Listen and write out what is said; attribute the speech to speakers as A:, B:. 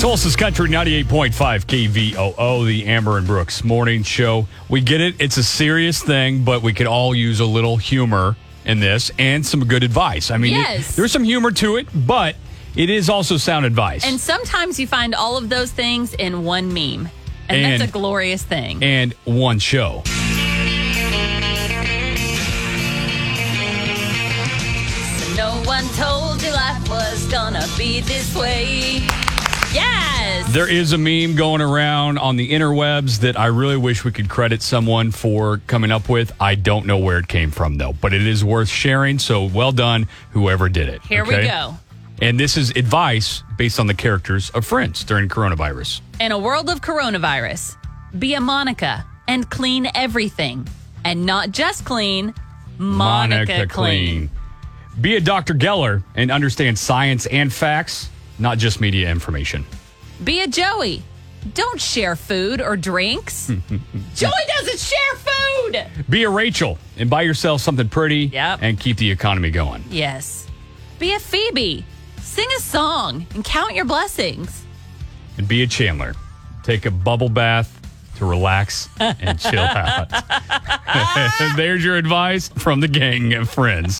A: Tulsa's Country 98.5 KVOO, the Amber and Brooks morning show. We get it. It's a serious thing, but we could all use a little humor in this and some good advice. I mean, it-
B: Yes.
A: there's some humor to it, but it is also sound advice.
B: And sometimes you find all of those things in one meme. And,
A: And-
B: that's a glorious thing.
A: and one show.
B: no one told you life was gonna be this way. Yes.
A: There is a meme going around on the interwebs that I really wish we could credit someone for coming up with. I don't know where it came from though, but it is worth sharing. So well done, whoever did it.
B: Here we
A: okay?
B: go.
A: And this is advice based on the characters of Friends during coronavirus.
B: In a world of coronavirus, be a Monica and clean everything. And not just clean, Monica, clean.
A: Be a Dr. Geller and understand science and facts, not just media information.
B: Be a Joey. Don't share food or drinks. Joey doesn't share food.
A: Be a Rachel and buy yourself something pretty
B: Yep.
A: and keep the economy going.
B: Yes. Be a Phoebe. Sing a song and count your blessings.
A: and be a Chandler. Take a bubble bath to relax and chill out. There's your advice from the gang of friends.